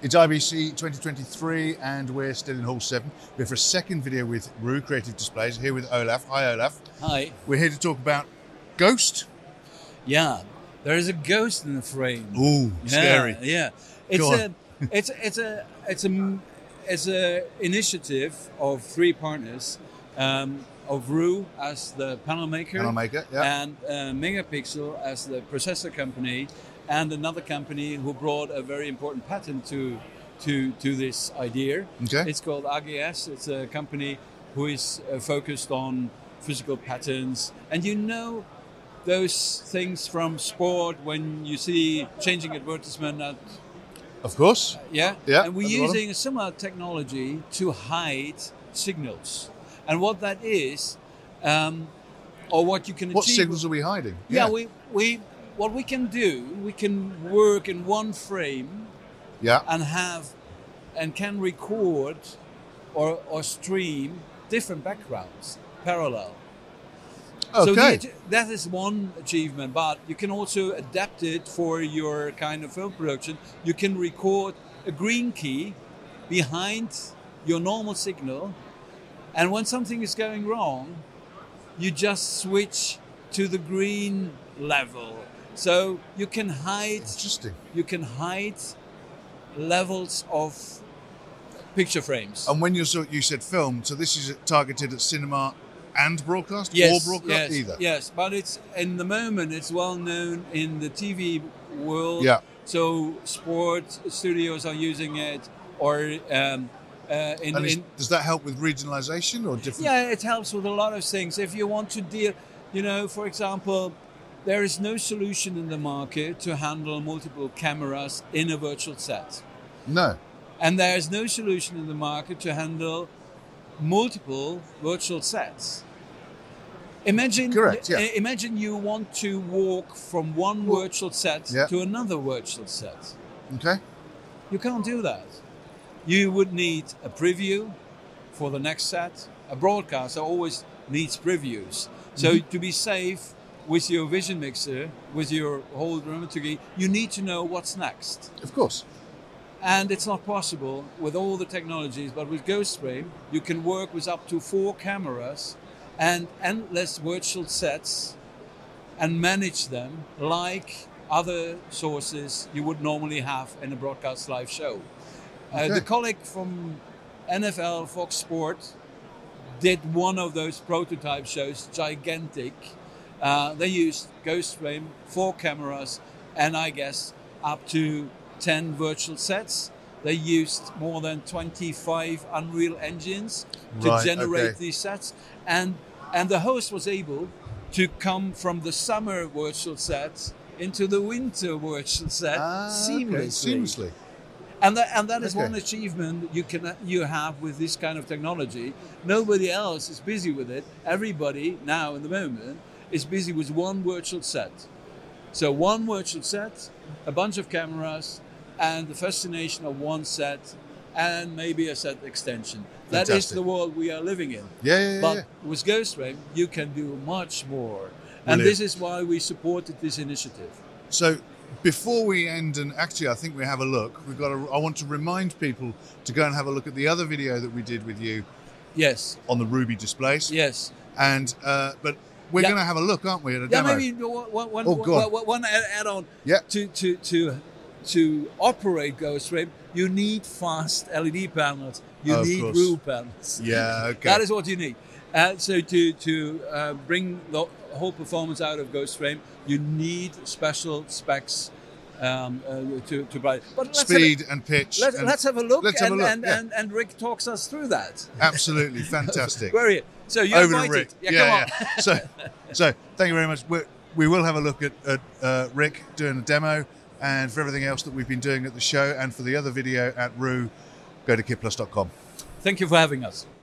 It's IBC 2023 and we're still in Hall 7. We're for a second video with Rue Creative Displays, here with Olaf. Hi Olaf. Hi. We're here to talk about Ghost. Yeah, there is a ghost in the frame. Ooh, yeah, scary. Yeah, it's Go a, it's it's a it's a it's a initiative of three partners, um, of Rue as the panel maker, Panel maker, yeah. and uh, Megapixel as the processor company, and another company who brought a very important patent to to to this idea. Okay. It's called AGS. It's a company who is uh, focused on physical patterns, and you know those things from sport when you see changing advertisement. At, Of course. yeah, Yeah, And we're at the bottom. using a similar technology to hide signals, and what that is, um, or what you can What achieve. signals are we hiding? yeah, we we what we can do, we can work in one frame yeah. and have and can record or, or stream different backgrounds parallel. So the Okay. ach- that is one achievement, but you can also adapt it for your kind of film production. You can record a green key behind your normal signal, and when something is going wrong, you just switch to the green level. So you can hide Interesting. you can hide levels of picture frames. And when you saw, you said film, so this is targeted at cinema and broadcast, yes, or broadcast yes, either. yes, but it's in the moment it's well known in the TV world. Yeah. So sport studios are using it, or um, uh, in, And is, in does that help with regionalisation or different? Yeah, it helps with a lot of things. If you want to deal, you know, for example, there is no solution in the market to handle multiple cameras in a virtual set. No. And there is no solution in the market to handle multiple virtual sets. Imagine, Correct, yeah. i- imagine you want to walk from one virtual set Yeah. to another virtual set. Okay. You can't do that. You would need a preview for the next set. A broadcaster always needs previews. So Mm-hmm. to be safe with your vision mixer, with your whole dramaturgy, you need to know what's next. Of course. Uh, And it's not possible with all the technologies, but with Ghost Frame, you can work with up to four cameras and endless virtual sets and manage them like other sources you would normally have in a broadcast live show. Uh, Okay. the colleague from NFL Fox Sport did one of those prototype shows, gigantic. Uh, they used Ghost Frame, four cameras, and I guess up to 10 virtual sets. They used more than 25 Unreal engines to Right, generate okay. these sets. And, and the host was able to come from the summer virtual set into the winter virtual set Ah, okay. Seamlessly. and that, and that is Okay. one achievement you can you have with this kind of technology. Nobody else is busy with it. Everybody now in the moment is busy with one virtual set. So one virtual set, a bunch of cameras, and the fascination of one set, and maybe a set extension. That is Fantastic. the world we are living in. Yeah, yeah, yeah. But yeah. with Ghost Frame, you can do much more. And Brilliant. this is why we supported this initiative. So before we end, and actually, I think we have a look. We've got. A, I want to remind people to go and have a look at the other video that we did with you Yes, on the Ruby displays. yes. And uh, but we're Yeah. going to have a look, aren't we, at a Yeah, demo? maybe one, one, one, Oh, one- go on. one- one add- add-on. Yeah. To to to to operate Ghost Rim, you need fast LED panels. You Of need course. rule panels. Yeah. Okay. That is what you need. Uh, so to to uh, bring the whole performance out of Ghost Frame, you need special specs um, uh, to to buy. But let's Speed and pitch. Have a, let, and let's have a look. let's have a and, look, And, yeah. and and Rick talks us through that. absolutely fantastic. Very. So you're Over to invited. Rick. Yeah, come on. yeah. so, so thank you very much. We're, we will have a look at, at uh, Rick doing a demo, and for everything else that we've been doing at the show, and for the other video at Rue, go to kidplus.com. Thank you for having us.